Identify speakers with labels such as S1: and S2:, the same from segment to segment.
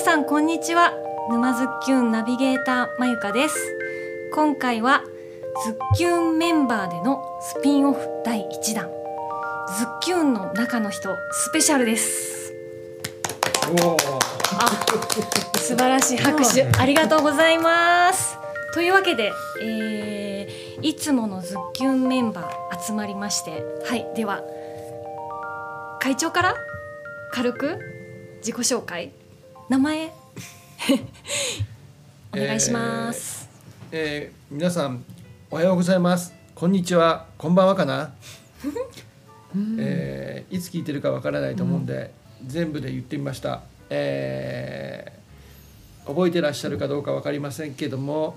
S1: さんこんにちは沼ズッキュンナビゲーターまゆかです今回はズッキュンメンバーでのスピンオフ第1弾ズッキュンの中の人スペシャルです
S2: お
S1: 素晴らしい拍手ありがとうございますというわけで、えーいつものズッキュンメンバー集まりましてはいでは会長から軽く自己紹介名前お願いします、
S2: えー、皆さんおはようございますこんにちはこんばんはかな、えー、いつ聞いてるかわからないと思うんで、全部で言ってみました、えー、覚えてらっしゃるかどうかわかりませんけども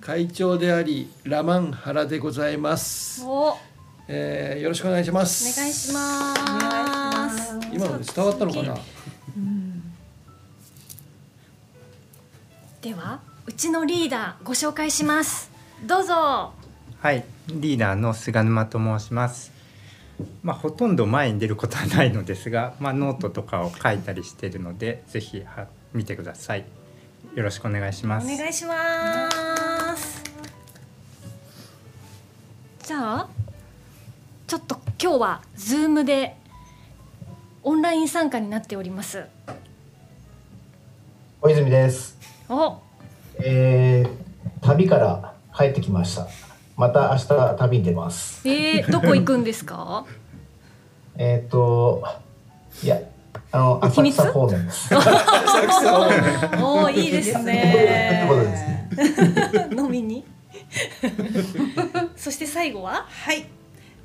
S2: 会長でありラマンハラでございます、
S1: おお
S2: えー、よろしくお願いします
S1: 願いします
S2: 今ので伝わったのかな
S1: ではうちのリーダーご紹介しますどうぞ
S3: はい、リーダーの菅沼と申します。まあ、ほとんど前に出ることはないのですが、まあ、ノートとかを書いたりしているので、ぜひは見てください。よろしくお願いし
S1: お
S3: ます。
S1: 願いしますじゃあちょっと今日は Zoom でオンライン参加になっております
S4: 小泉です、
S1: お
S4: えー、旅から帰ってきましたまた明日旅に出ます
S1: えー、どこ行くんです か
S4: えっ、ー、といやあの
S1: 秘
S4: 浅
S1: 密
S4: 草方面です
S1: おおいいです
S4: ということでです
S1: ね
S4: ね
S1: 飲みに そして最後は
S5: はい。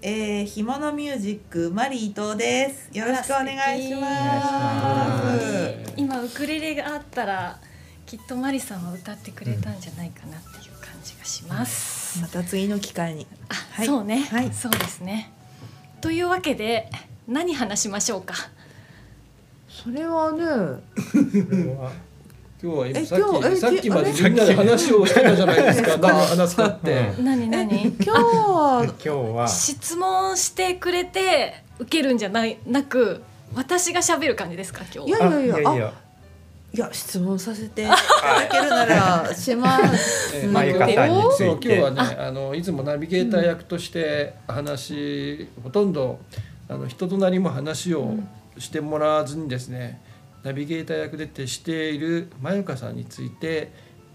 S5: えー、ひものミュージックマリー伊藤です。よろしくお願いしま
S3: お願い
S5: す。
S1: 今ウクレレがあったらきっとマリさんは歌ってくれたんじゃないかなっていう感じがします、
S5: また次の機会に。
S1: あ、
S5: はい
S1: そうね、
S5: はい
S1: そうですねというわけで何話しましょうか
S6: それはね、
S2: 今日は今
S6: え
S2: さ
S6: 今日
S2: っき
S6: え
S2: さっきまで
S6: あ
S2: みんなで話をしてたじゃないですか何を話すかって。
S1: 何何
S6: 今日は
S3: 今日は、
S1: 質問してくれて受けるんじゃないなく私が喋る感じですか今
S6: い
S1: 日
S6: や
S1: は
S3: あ
S6: いやいや
S3: いや、
S6: いや質問させてい
S3: は
S6: ただけるならします。
S2: え
S3: まあよかったにつ
S2: そう
S3: い
S2: 今日
S3: て。
S2: はねあのいつもナビゲーター役として話、ほとんどあの人となりも話をしてもらわずにですね、ナビゲーター役で徹しているまゆかさんについて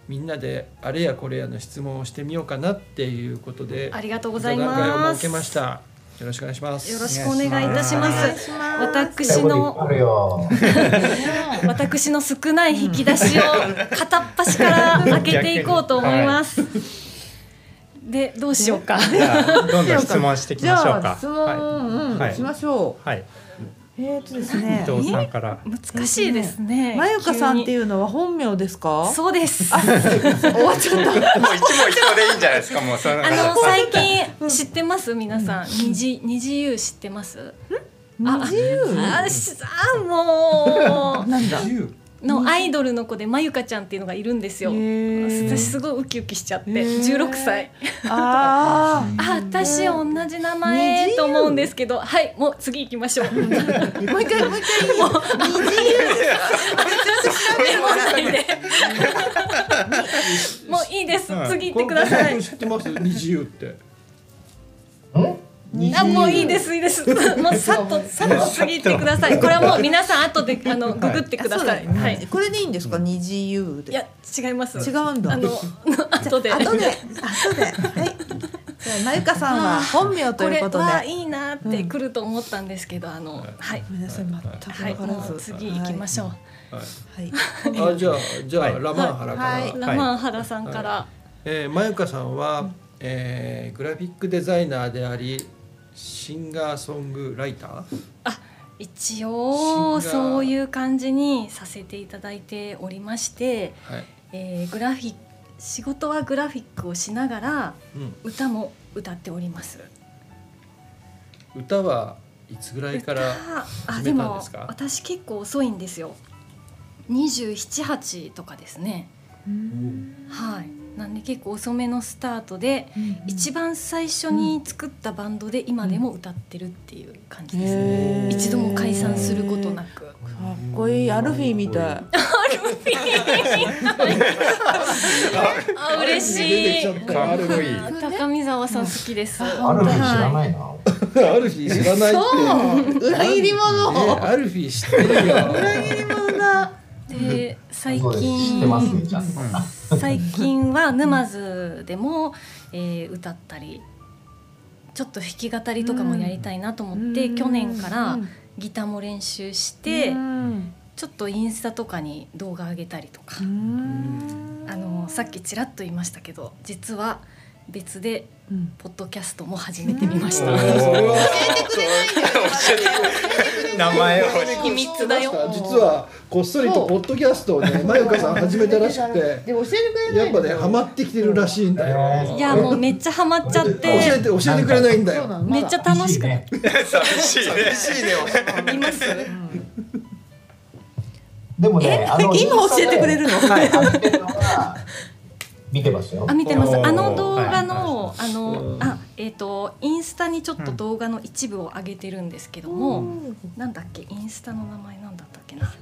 S2: みんなであれやこれやの質問をしてみようかなっていうことで
S1: ありがとうござい
S2: 座談会を
S1: ま
S2: 設
S1: す
S2: けましたよろしくお願いします
S1: よろしくお願いいたしま
S5: お願い
S1: す
S5: します。
S1: 私
S4: 最後に
S1: の
S4: 引っ張るよ
S1: 私の少ない引き出しを片っ端から開けていこうと思います。でどうしようか。
S3: じゃあどんどん質問していき
S6: じ
S3: ましょ
S6: ゃ
S3: うか
S6: あ。質問、うん
S3: はい
S6: しましょ
S3: はい、
S6: う。えっ、とです
S3: 伊
S6: ね、
S3: 藤さんから。
S1: 難しいですね。
S6: まゆかさんって
S1: う。
S6: いうのは本名ですか？
S1: そうです。
S6: あ、終わっちゃった。
S3: もう一問一答でいいんじゃないですか。もうその
S1: あの最近知ってます皆さん。二次二次優知ってます？
S6: 二十？
S1: あしあも う
S6: なんだ。
S1: のアイドルの子でまゆかちゃんっていうのがいるんですよ。私
S6: 私
S1: すごいウキウキしちゃって
S6: へー
S1: 16歳。
S6: あ
S1: あ私同じ名前と思うんですけどはいもう次行きましょう。
S6: あ、もう一回もう一回いい。
S1: メモないで。もういいです。次行ってください。
S2: 知ってます二自由って。
S4: ん
S1: あ、もういいです。いいです。もうさっと、さっと次行ってください。これはもう皆さん後で、あの、ググってください。は
S6: はい
S1: い。
S6: これでいいんですか？二次優で。
S1: いや、違います。
S6: 違うんだ。
S1: あの、後で。
S6: 後で後で。はい。じゃあまゆかさんは本名
S1: こ
S6: とい
S1: れ
S6: うことで。
S1: はいいなって来ると思ったんですけど、あの、はい。
S6: ごめんなさい全く
S1: はい、
S6: 分から
S1: も
S6: ず。
S1: う次行きましょう。
S6: はい。
S2: あじゃあじゃあ、
S3: はい
S2: ラマンハラから、
S6: はい
S1: ラマン原さんから。
S2: えー、まゆかさんは、えーグラフィックデザイナーでありシンガーソングライター
S1: 一
S2: シンガ
S1: 応
S2: ー
S1: そういう感じにさせていただいておりまして、
S2: はい、
S1: えーグラフィック仕事はグラフィックをしながら
S2: う
S1: 歌も歌っております。
S2: ん、歌はいつぐらいか
S1: 歌
S2: ら
S1: あ
S2: 始
S1: で
S2: めたん
S1: も
S2: ですか
S1: 私結構遅いんですよ。二十七八とかですね。はい。なんで結構遅めのスタートで、一番最初に作ったバンドで今でも歌ってるっていう感じですね。
S6: へー
S1: 一度も解散することなく。
S6: かっこいいアルフィーみたい。
S1: アルフあ嬉しい
S2: 出てきちゃったある日
S1: 高見沢さん好きです
S4: ある日知らないな。
S2: アルフィー知らないって
S6: 裏切り者
S2: ねアルフィー知ってるよ
S6: 裏切り者だ
S1: で最
S4: そうです。知ってますね、
S1: 近
S4: じゃあ。
S1: 最近は沼津でも、えー歌ったりちょっと弾き語りとかもやりたいなと思って、去年からギターも練習して、
S6: うん
S1: ちょっとインスタとかに動画上げたりとか、あのさっきちらっと言いましたけど実は別で
S6: うん
S1: ポッドキャストも始めてみました。
S3: 名前を
S1: 秘密だよ
S2: 実はこっそりとポッドキャスト をねまゆかさん始めたらしく
S6: で
S2: て
S6: 教えてくれな
S2: やっ
S6: い
S2: ぱねハマってきてるらしいんだよ
S1: いやもうめっちゃハマっちゃっ
S2: 教えて
S1: て
S2: 教えてくれないんだ
S6: そうな
S2: よ
S6: のま
S1: め
S6: だ
S1: っちゃ楽しくなっ
S4: ね。
S3: 寂しいね
S1: ています。
S4: でもね、あの
S6: 今教えてくれるの
S4: はいあの見てるのが見てますよ
S1: あ。見てます
S3: おー
S1: あの動画
S3: は
S1: の、
S3: い
S1: あの
S2: うん
S1: あえっ、とインスタにちょっと動画の一部を上げてるんですけども、なんだっけインスタの名前なんだったっけな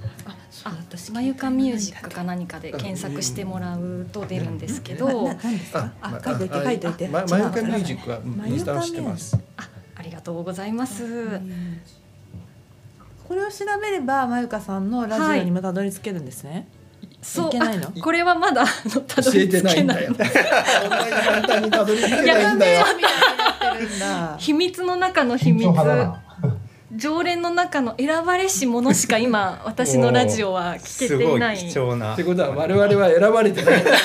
S1: あまゆかミュージックか何かで検索してもらうと出るんですけど、
S6: な何ですか
S2: あま
S6: 書いといて
S2: あ
S6: 書いといて
S2: ままゆかミュージックはうんインスタを知ってます
S1: ありがとうございます、
S6: これを調べればまゆかさんのラジオにもたどり着けるんですね、
S1: そう
S6: いけないの
S1: あこれはまだあのた
S2: 教
S1: どり
S2: え
S1: 着
S2: てない
S1: け
S2: ん
S1: な
S2: だ
S1: い
S2: よそんなに簡単にたどり着けないんだよ
S6: だ
S1: 秘密の中の秘
S4: 緊張
S1: 密
S4: 派だな。
S1: 常連の中の選ばれし者しか今私のラジオは聞
S3: す
S1: けて
S3: ご
S1: い
S3: い
S1: ない
S3: 貴重な
S2: ってことは我々は選ばれてないんだよ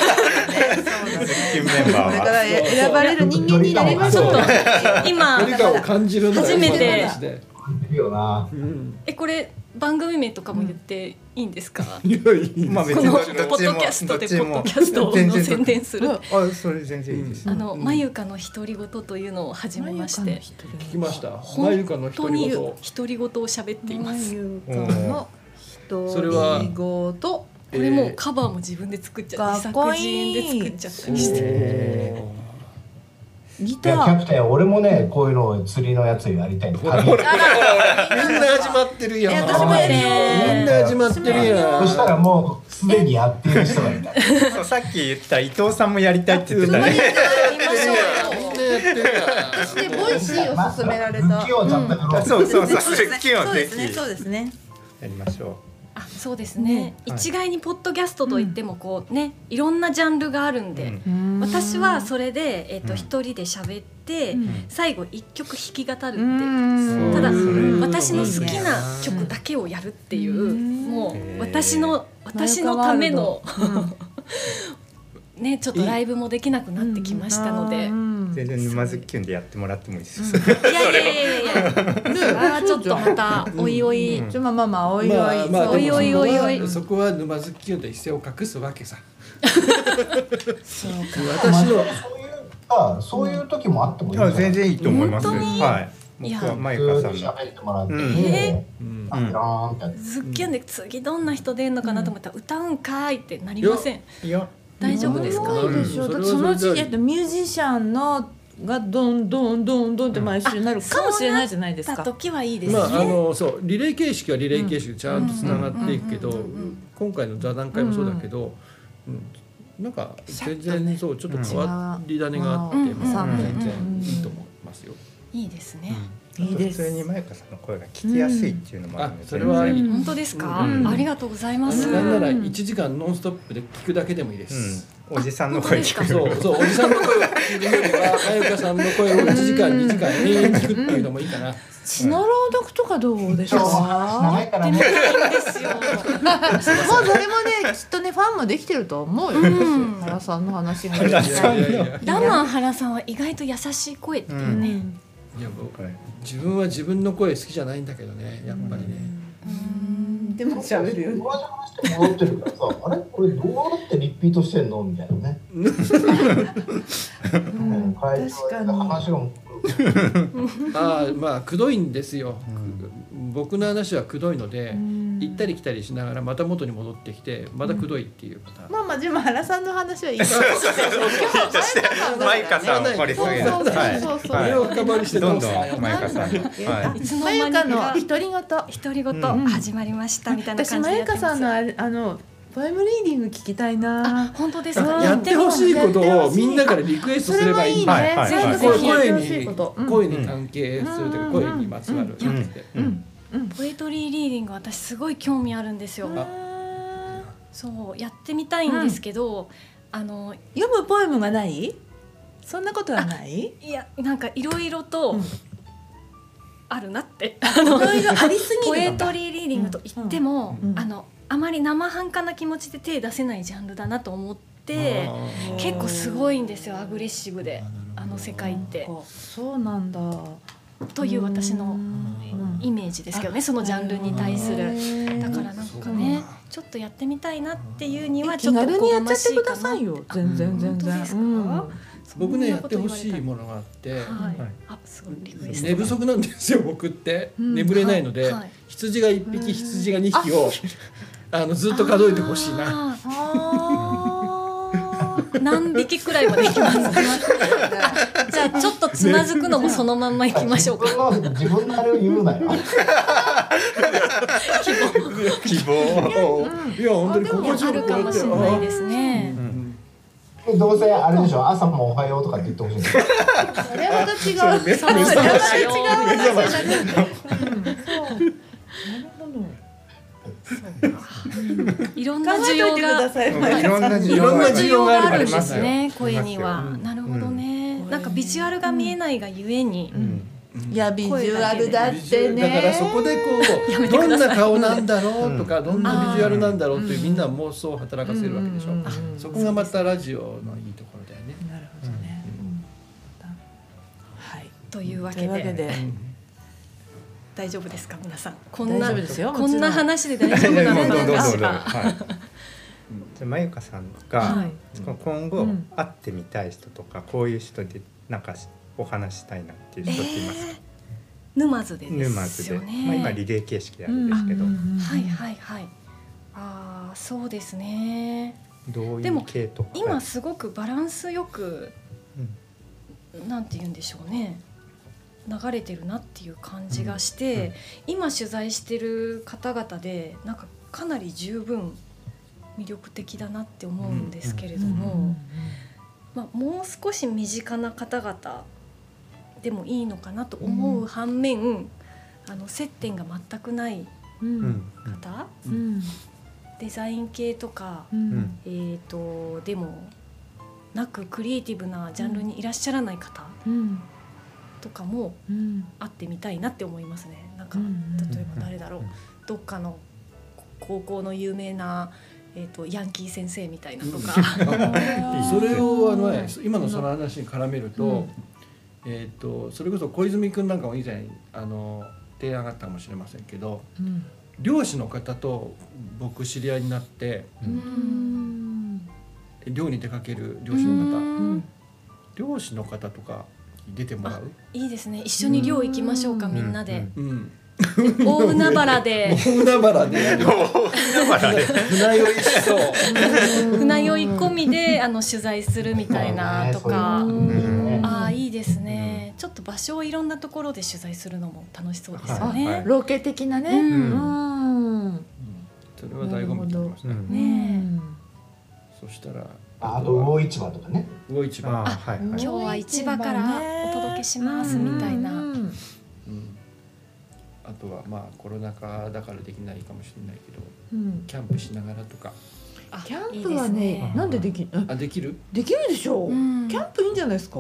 S3: キュンメン
S6: こ
S3: バ
S6: れ
S3: ー
S6: か
S3: は
S6: ら選ばれる人間になりまし
S1: ち
S6: ょ
S1: ょっ
S6: う
S1: と
S6: と
S1: 今
S2: 距離感を感じるんだよ
S1: 初めて
S2: その話で
S4: いるよな。
S2: うん
S1: えこれ番組名とかも言っていいんですか、
S2: いやいい
S3: まあ別
S1: こ
S3: に
S1: の
S3: ど
S1: ポ
S3: っち
S1: ッ
S3: も
S1: ドキャストでポッドキャスト
S3: どっ
S1: の
S3: ちも全然
S1: 宣伝する
S6: うん
S3: あそれ全然いいです
S1: あのまゆかの独り言というのを始めまして
S2: 聞きましたまゆかの
S1: 本当
S2: 独り
S1: に
S2: 言
S1: 独り言を喋っています
S6: ゆかの
S2: それは
S6: 独りと
S1: これもうカバーも自分で作っちゃって
S6: かっ
S1: 自
S6: こ
S1: 作
S6: い
S1: 自
S6: い
S1: 演で作っちゃったりして
S2: えー
S6: ギ
S4: い
S6: タ
S4: やキャ
S6: ー
S4: プテン、俺もね、こういうのを釣りのやつやりたいんだ。旅
S2: みんな始まってるやん。
S6: え私もやるよ
S2: みんな始まってるやん。
S4: そしたらもうすでにやっている人がいた。
S3: そうさっき言った伊藤さんもやりたいって言ってたね
S6: やりましょう
S2: みん
S6: よ
S2: なやってるや
S6: そしてボイシーを勧められ
S4: 不
S6: た
S4: 器用だったから。
S3: そうそう そう
S6: そうですね
S3: 復帰をぜひ
S6: そうですね
S3: やりましょ
S1: あそうですね、一概にポッドキャストといってもこうねいろんなジャンルがあるん
S3: うう
S1: で、
S3: ん
S1: 私はそれで、えっと
S3: うん
S1: 一人で喋って、
S6: ん
S1: 最後一曲弾き語るってい
S6: う
S1: う、
S6: ん
S1: ただ
S2: うん
S1: 私の好きな曲だけをやるっていう、
S6: うん
S1: も
S3: へー
S1: う私の私のための、 ね、ちょっとライブもできなくなってきましたので、
S3: 全然沼津キュンでやってもらってもいいですよ
S1: いやいやいやいやいやそれはちょっとまたおいおい、
S6: じゃあまあまあまあおいおい、
S2: まあまあ
S1: おいおいおいお
S2: でも
S1: い
S2: そこは沼津きよと一線を隠すわけさ。
S6: そうか
S2: 私の
S4: そういうあ、そういう時もあってもいいんじゃ
S3: あ
S4: ない。
S3: 全然いいと思います。
S1: 本当に
S3: はい。
S1: いや
S3: 僕はま
S4: 普
S3: ゆかさん
S4: 通に
S3: の。
S4: 喋ってもらって、
S3: うん
S1: え
S2: うん
S4: あピローンってやって
S1: ズッキュンで次どんな人出るのかなと思ったら歌うんかーいってなりません。
S3: いや、
S1: 大丈夫ですか？
S6: そうでしょ。だってその時期だとミュージシャンのがどんどんどんどんって毎週なるかもしれないじゃないです
S1: た
S6: か。
S1: 時はいいですね。
S2: まああのそうリレー形式はリレー形式でちゃんとつながっていくけど、今回の座談会もそうだけど、うんなんか全
S6: さっとね
S2: 然そうちょっと変わり種があって、
S6: うん
S2: まあ
S3: うん
S2: 全然いいと思いますよ。
S1: いいですね。
S6: いい
S3: 普
S6: です
S3: 通にまゆかさんの声が聞きやすいっていうのもある
S2: あ
S3: ので、
S2: それはいい。
S1: 本当ですか、
S3: うん
S1: ありがとうございます。
S2: なんなら1時間ノンストップで聞くだけでもいいで
S3: う
S2: す。
S3: ん、おじさんの声聞く。
S2: そうそうおじさんの声を聞くよりはまゆかさんの声を1時間2時間永遠に聞くっていうのもいいかな。
S6: 血の朗読とかどうでしょう。
S4: 長
S6: も
S4: いから
S1: で
S4: ね。
S1: すよ。
S6: う誰もねきっとねファンもできてると思うよ。
S1: ん
S6: 原さんの話が。
S3: 原
S2: い
S3: さ
S2: や
S3: ん
S2: い
S3: の
S2: やいや
S1: ラマン原さんは意外と優しい声っていうね。
S2: いや僕
S3: はい
S2: 自分は自分の声好きじゃないんだけどねやっぱりね。
S6: でも喋るよね。
S4: 同じ話で戻ってるからさ、あれこれどうやってリピートしてんのみたいなね。うん、会
S6: 確か
S4: 話
S6: に
S4: で話が
S2: ああまあくどいんですよ、僕の話はくどいので、行ったり来たりしながらまた元に戻ってきてまたくどいっていうパターン、
S6: まあまあでも原さんの話はいい。そう
S3: まゆかさんの掘り下げ
S6: そう
S3: はい
S6: そうそう。
S2: これを
S3: は
S2: 深掘りし
S3: い。
S2: て
S3: ど
S2: ど
S3: ん
S2: うす
S3: ど
S2: る
S3: んまゆかさんの。はい
S1: いつの
S6: ま
S1: 間
S6: ゆ
S1: に
S6: かの
S1: か
S6: 独り言。
S1: 独り言始まりましたみたいな
S6: 私
S1: 感じ
S6: ま
S1: でや
S6: ゆ
S1: って
S6: か
S1: ます。
S6: さんのあれあの。ポエムリーディング聞きたい
S1: あ
S6: な。
S1: 本当ですか
S2: やってほしいことをみんなからリクエスト
S6: そ
S2: す
S6: れ
S2: れば
S6: はい
S2: い
S6: い
S2: い
S6: ね。
S3: はいはい
S6: 全部
S2: 声
S6: ぜひやって
S2: 声
S6: ほしい
S2: に
S6: こと。うん
S2: 声に関係するとい
S6: う
S2: うか
S6: ん
S2: 声にまつわる
S6: うん
S2: って
S3: うん
S1: ポエトリーリーディング私すごい興味あるんですよ
S2: あ
S1: そうやってみたいんですけど、あの
S6: 読むポエムがない？そんなことはない？
S1: いやなんかいろいろと
S6: うん
S1: あるなって、
S6: いろいろありすぎ
S1: ポ
S6: る
S1: エ
S6: の
S1: ト
S6: か。
S1: リーリーディングと言っても、
S6: うんうん
S1: あのあまり生半可な気持ちで手出せないジャンルだなと思って
S2: あ
S1: 結構すごいんですよアグレッシブであの世界って
S6: なんかそうなんだ。
S1: という私
S6: う
S1: の
S6: ん
S1: イメージですけどねそのジャンルに対する。
S6: る
S1: だからなんかねちょっとやってみたいなっていうにはちょっと
S6: 気軽にやっちゃってくだ
S1: おこがま
S6: さ
S1: し
S6: い
S1: いか
S6: よ。全然
S2: うん
S1: な
S6: 全
S1: 本当
S6: 然
S1: で。すか、
S6: うん
S2: 僕ねやってほ
S1: そん
S2: しい
S1: なこ
S2: ものがあって
S1: と言われたらはい
S3: は
S1: い、あすごいリクエスト
S2: 寝不足なんですよ僕って
S6: うん
S2: 眠れないの
S1: は
S2: で
S1: いはい
S2: 羊が1
S6: うん
S2: 匹羊が2匹をあのずっと数えてほしいな
S1: あ
S6: あ
S1: ー何匹くらいまでいきますじゃあちょっとつまずくのもそのまんまいきましょうか
S4: 自分の自分のあれを言うなよ。
S3: 希望
S2: いや本当に
S6: あでも
S2: 心地
S1: あ
S2: よ
S1: る
S2: く
S1: か
S2: な
S1: も
S2: って
S1: しれないですね
S2: う
S3: うん
S4: どうせあれでしょ朝もおはようとかって言ってほしいんですよ。
S6: あ。それはまた違う。
S1: それは違う
S2: 目覚まし
S1: いろん
S5: 考
S1: な需
S5: えとい
S1: 要
S5: てくだ
S1: が
S5: さい。
S3: いろんな需
S1: い
S3: 要
S1: ろん
S3: が
S1: な
S3: あ
S1: 需
S3: り
S1: 要があるんで
S3: ますす
S1: ね
S3: よ
S1: 声には、
S2: うん
S1: なるほどね、
S6: うん
S1: なんかビジュアルが見えないがゆえに、
S6: うん
S2: うん
S6: いやビジュアルだってね。
S2: だからそこでこ
S1: やめ
S2: う
S1: て
S2: ど
S1: く
S2: ん
S1: ださい
S2: な顔なんだろうとか
S3: うん
S2: どんなビジュアルなんだろうという
S6: うん
S2: みんな妄想を働かせるわけでしょ
S6: うんうんうん
S2: そこがまたラジオのいいところだよね
S6: なるほどね。はい。
S1: というわ
S6: とい
S1: け
S6: うわけ
S1: で
S6: で。
S1: 大丈夫ですか皆さんこんな
S6: 大丈夫ですよ
S1: こんな
S6: もちろん
S1: 話で大丈夫な
S3: も
S1: の
S3: うどう
S1: か
S3: ぞどうぞ
S1: な
S3: どうぞはいじゃあまゆかさん
S6: は
S3: が
S6: い
S3: その今
S6: う
S3: 後
S6: ん
S3: 会ってみたい人とかこういう人でなんかお話したいなっていう人っていますか
S1: 沼津で
S3: 沼
S1: で
S3: 津
S1: す
S3: で
S1: よ
S3: まあ今
S1: ね
S3: リレー形式であるんですけど
S1: はい
S6: い。
S1: はいはいああそうですね
S3: どうい
S1: で
S3: う
S1: も
S3: 系とか
S1: 今すごくバランスよく
S3: うん
S1: なんて言うんでしょうね流れてるなっていう感じがして、
S3: うんうん
S1: 今取材してる方々でなんかかなり十分魅力的だなって思うんですけれども、まあ、もう少し身近な方々でもいいのかなと思う反面、あの接点が全くない
S6: うん
S3: う
S6: うん
S3: ん
S1: 方、
S6: うん
S1: デザイン系とか、
S6: う
S3: うんん
S1: えー、とでもなくクリエイティブなジャンルにいらっしゃらない方
S6: うん
S1: とかも
S6: うん
S1: 会ってみたいなって思いますね。なんか
S6: うん
S1: 例えば誰だろう、どっかの高校の有名な、えー、とヤンキー先生みたいなとか。
S2: それをあのね今のその話に絡めると、えっ、とそれこそ小泉君なんかも以前あの提案があったかもしれませんけど
S6: うん
S2: 漁師の方と僕知り合いになって
S6: うん
S2: 漁に出かける漁師の方
S1: うん
S2: 漁師の方とかに出てもらう、
S1: いいですね一緒に漁行きましょうか
S6: うん
S1: みんなで、
S2: うん、
S1: 大海原で
S2: 大海原で やる船酔いしそう
S1: 船酔い込みであの取材するみたいなとか、
S4: そうですね
S1: ああいいですね、ちょっと場所をいろんなところで取材するのも楽しそうですよね、
S3: はいはい
S6: ロケ的なね。
S1: うん
S6: うん
S2: それは醍醐味と思いました、
S3: う
S2: ね
S3: ん
S1: ね
S2: そしたら
S4: ああと魚市場とかね。
S2: 魚市場、
S3: ああはい
S1: え
S3: はい
S1: 今日は市場からお届けしますみたいな、
S6: うんうん
S2: うん、あとはまあコロナ禍だからできないかもしれないけど
S6: うん
S2: キャンプしながらとか
S1: あ
S6: キャンプはい
S1: いです
S6: ねなんでできえ
S2: あできる
S6: できるでしょう
S1: う。ん
S6: キャンプいいんじゃないですか。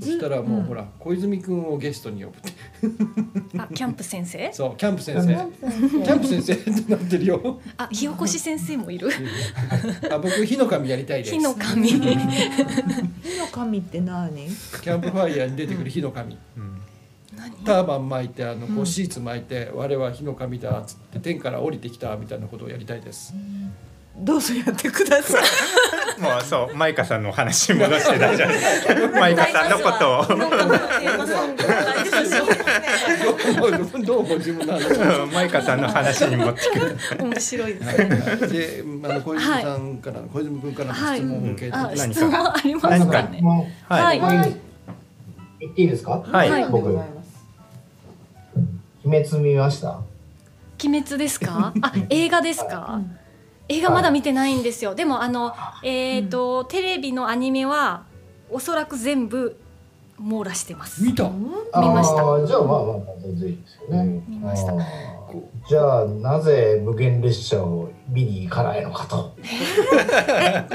S2: そしたらもう
S6: うん
S2: ほら小泉君をゲストに呼ぶって
S1: あキャンプ先生
S2: そうキャンプ先生キャンプ先生ってなってるよ
S1: あ火起こし先生もいる
S2: あ僕火の神やりたいです
S1: 火の神
S6: 火の神って何？
S2: キャンプファイヤーに出てくる火の神
S3: うん
S2: ターバン巻いてあのこうシーツ巻いて、我は火の神だっつって天から降りてきたみたいなことをやりたいです
S6: どうぞやってください。
S3: もうそうマイカさんのお話に戻して大丈夫ですマイカさんのことを
S2: どうもどうも自分の話
S3: うんマイカさんの話に持ってくる
S1: 面白いです
S2: であの小泉さんから、小泉君からの質問を受けて、
S1: あ
S3: 何か
S1: 質問あります
S3: 何
S1: か
S3: か
S1: ね
S4: も
S1: はい
S4: はい。言っていいですか。
S3: はい
S1: はい
S4: 僕鬼滅見ました。
S1: 鬼滅ですか？あ、映画ですか？映画まだ見てないんですよ、でもあのえっ、と、テレビのアニメはおそらく全部網羅してます
S2: 見た
S1: 見ました
S4: あーじゃあまあまあまあ全然いいですよね。
S1: 見ました
S4: あーじゃあなぜ無限列車を見に行かないのかと。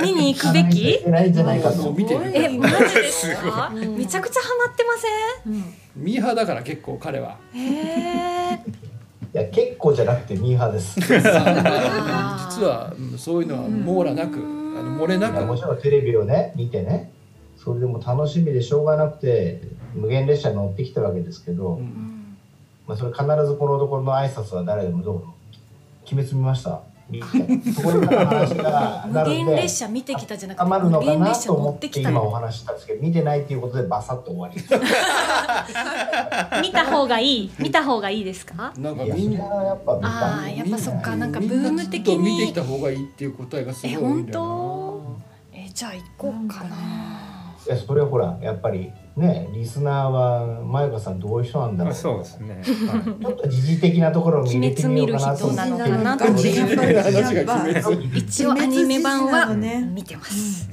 S1: 見に行くべき
S4: 行かないんじゃないか
S2: も
S4: と
S2: う。見て
S6: す
S2: る
S6: ごい
S1: え
S6: ね
S1: マジですか
S6: すごい
S1: めちゃくちゃハマってま
S6: うん
S2: ミーハーだから結構彼は
S1: せんへえ
S4: いや結構じゃなくてミーハーです。
S2: 実はうんそういうのは網羅なくあ
S1: うん
S2: の漏れない
S4: やも
S2: く
S4: ちろんテレビをね見てねそれでも楽しみでしょうがなくて無限列車に乗ってきたわけですけど、
S2: うん
S4: まあ、それ必ずこのところの挨拶は誰でもどうも決めつみましたみたいなそこから話がな
S1: 無
S4: る
S1: 限
S4: んで
S1: 列車見てきたじゃなくて
S4: たまる
S1: 無
S4: のか
S1: 限
S4: な
S1: 列車
S4: と
S1: 乗
S4: 思
S1: っ
S4: って
S1: て
S4: て
S1: きた
S4: 今お
S1: の
S4: 話ししたんですけど見てないっていうことでバサッと終わりです。
S1: 見た方がいい見た方がいいですか
S2: なんか
S4: いや
S2: み
S4: そ
S2: ん
S4: れ
S2: な
S4: はやっぱ見
S1: あーやっぱそっかなんかブーム的
S2: みんなず
S1: に
S2: っと見てきた方がいいっていう答えがすごい
S1: え
S2: 多いん
S1: 本
S2: だよな
S1: 当えじゃあ行こうかな
S4: たいやそれはほらやっぱりねリスナーはまゆかさんどういう人なんだろ
S3: ま
S4: う
S3: あそうですね。はい
S4: ちょっと時事的なところも入れてみようかなと思って
S1: 鬼滅見る人なのかな
S4: 思って
S2: 人間の話が決めつ
S1: 一応アニメ版
S5: 鬼滅自身な
S1: は
S5: のね
S1: 見てます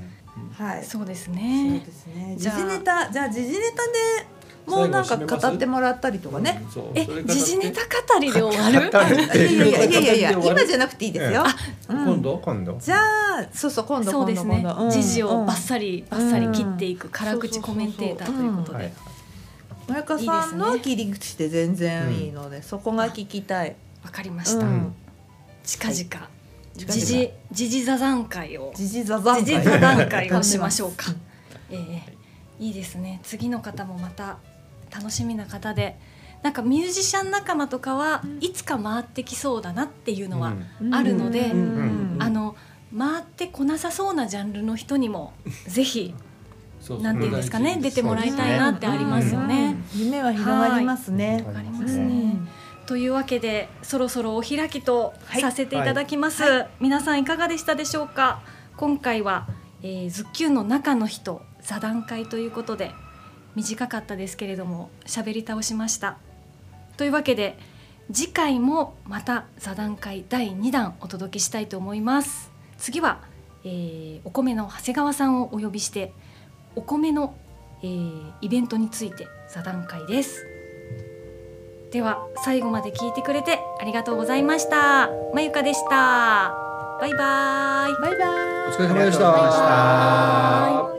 S5: はい。そ
S1: そうです
S5: う
S1: ね
S5: ですね。
S1: じ
S5: 時
S1: ゃあ
S5: 事ネタ、じゃあ時事ネタでもうなんか語ってもらったりとかね。
S2: そう
S1: え
S2: それから
S1: 時事ネタ語りで終わ
S5: い
S1: る
S5: やいやいやいやいや
S2: 最後
S5: 今じゃなくていいですよ。
S2: 今度
S3: 今度
S5: じゃあそうそう今度
S1: そうですね
S5: 今度今度
S1: 時事をバ
S5: リ
S1: ッサリバッサリ切っていく辛口コメンテーターということ
S3: は
S1: で
S3: い。
S5: まゆかさんの切り口で全然いいので、そこが聞きたい。
S1: わかりまし
S5: う
S1: た
S5: ん。
S1: 近々
S5: 時
S1: 時事時事座談会を
S5: 時事座談会。
S1: 時事座談会をしましょうか。ええいいですね次の方もまた楽しみな方でなんかミュージシャン仲間とかはいつか回ってきそうだなっていうのは、
S5: うん
S1: あるので
S5: うん
S1: あの回ってこなさそうなジャンルの人にもぜひ
S2: そうそう
S1: なんていうんですかね出てもらいたいなってありますよね。
S5: うん夢は広がりますね。
S1: わかり
S3: う
S1: ま
S3: ん
S1: す
S5: う
S1: ね
S5: ん。
S1: というわけでそろそろお開きと
S5: はい
S1: させていただきます、皆さんいかがでしたでしょうか今回は、えー、ズッキュンの中の人座談会ということで短かったですけれども喋り倒しましたというわけで次回もまた座談会第2弾お届けしたいと思います次は、えーお米の長谷川さんをお呼びしてお米の、えーイベントについて座談会ですでは最後まで聞いてくれてありがとうございましたまゆかでしたバイバイ
S5: バイバイ
S2: お。疲れ様でした
S3: ありがとうございま
S1: バイ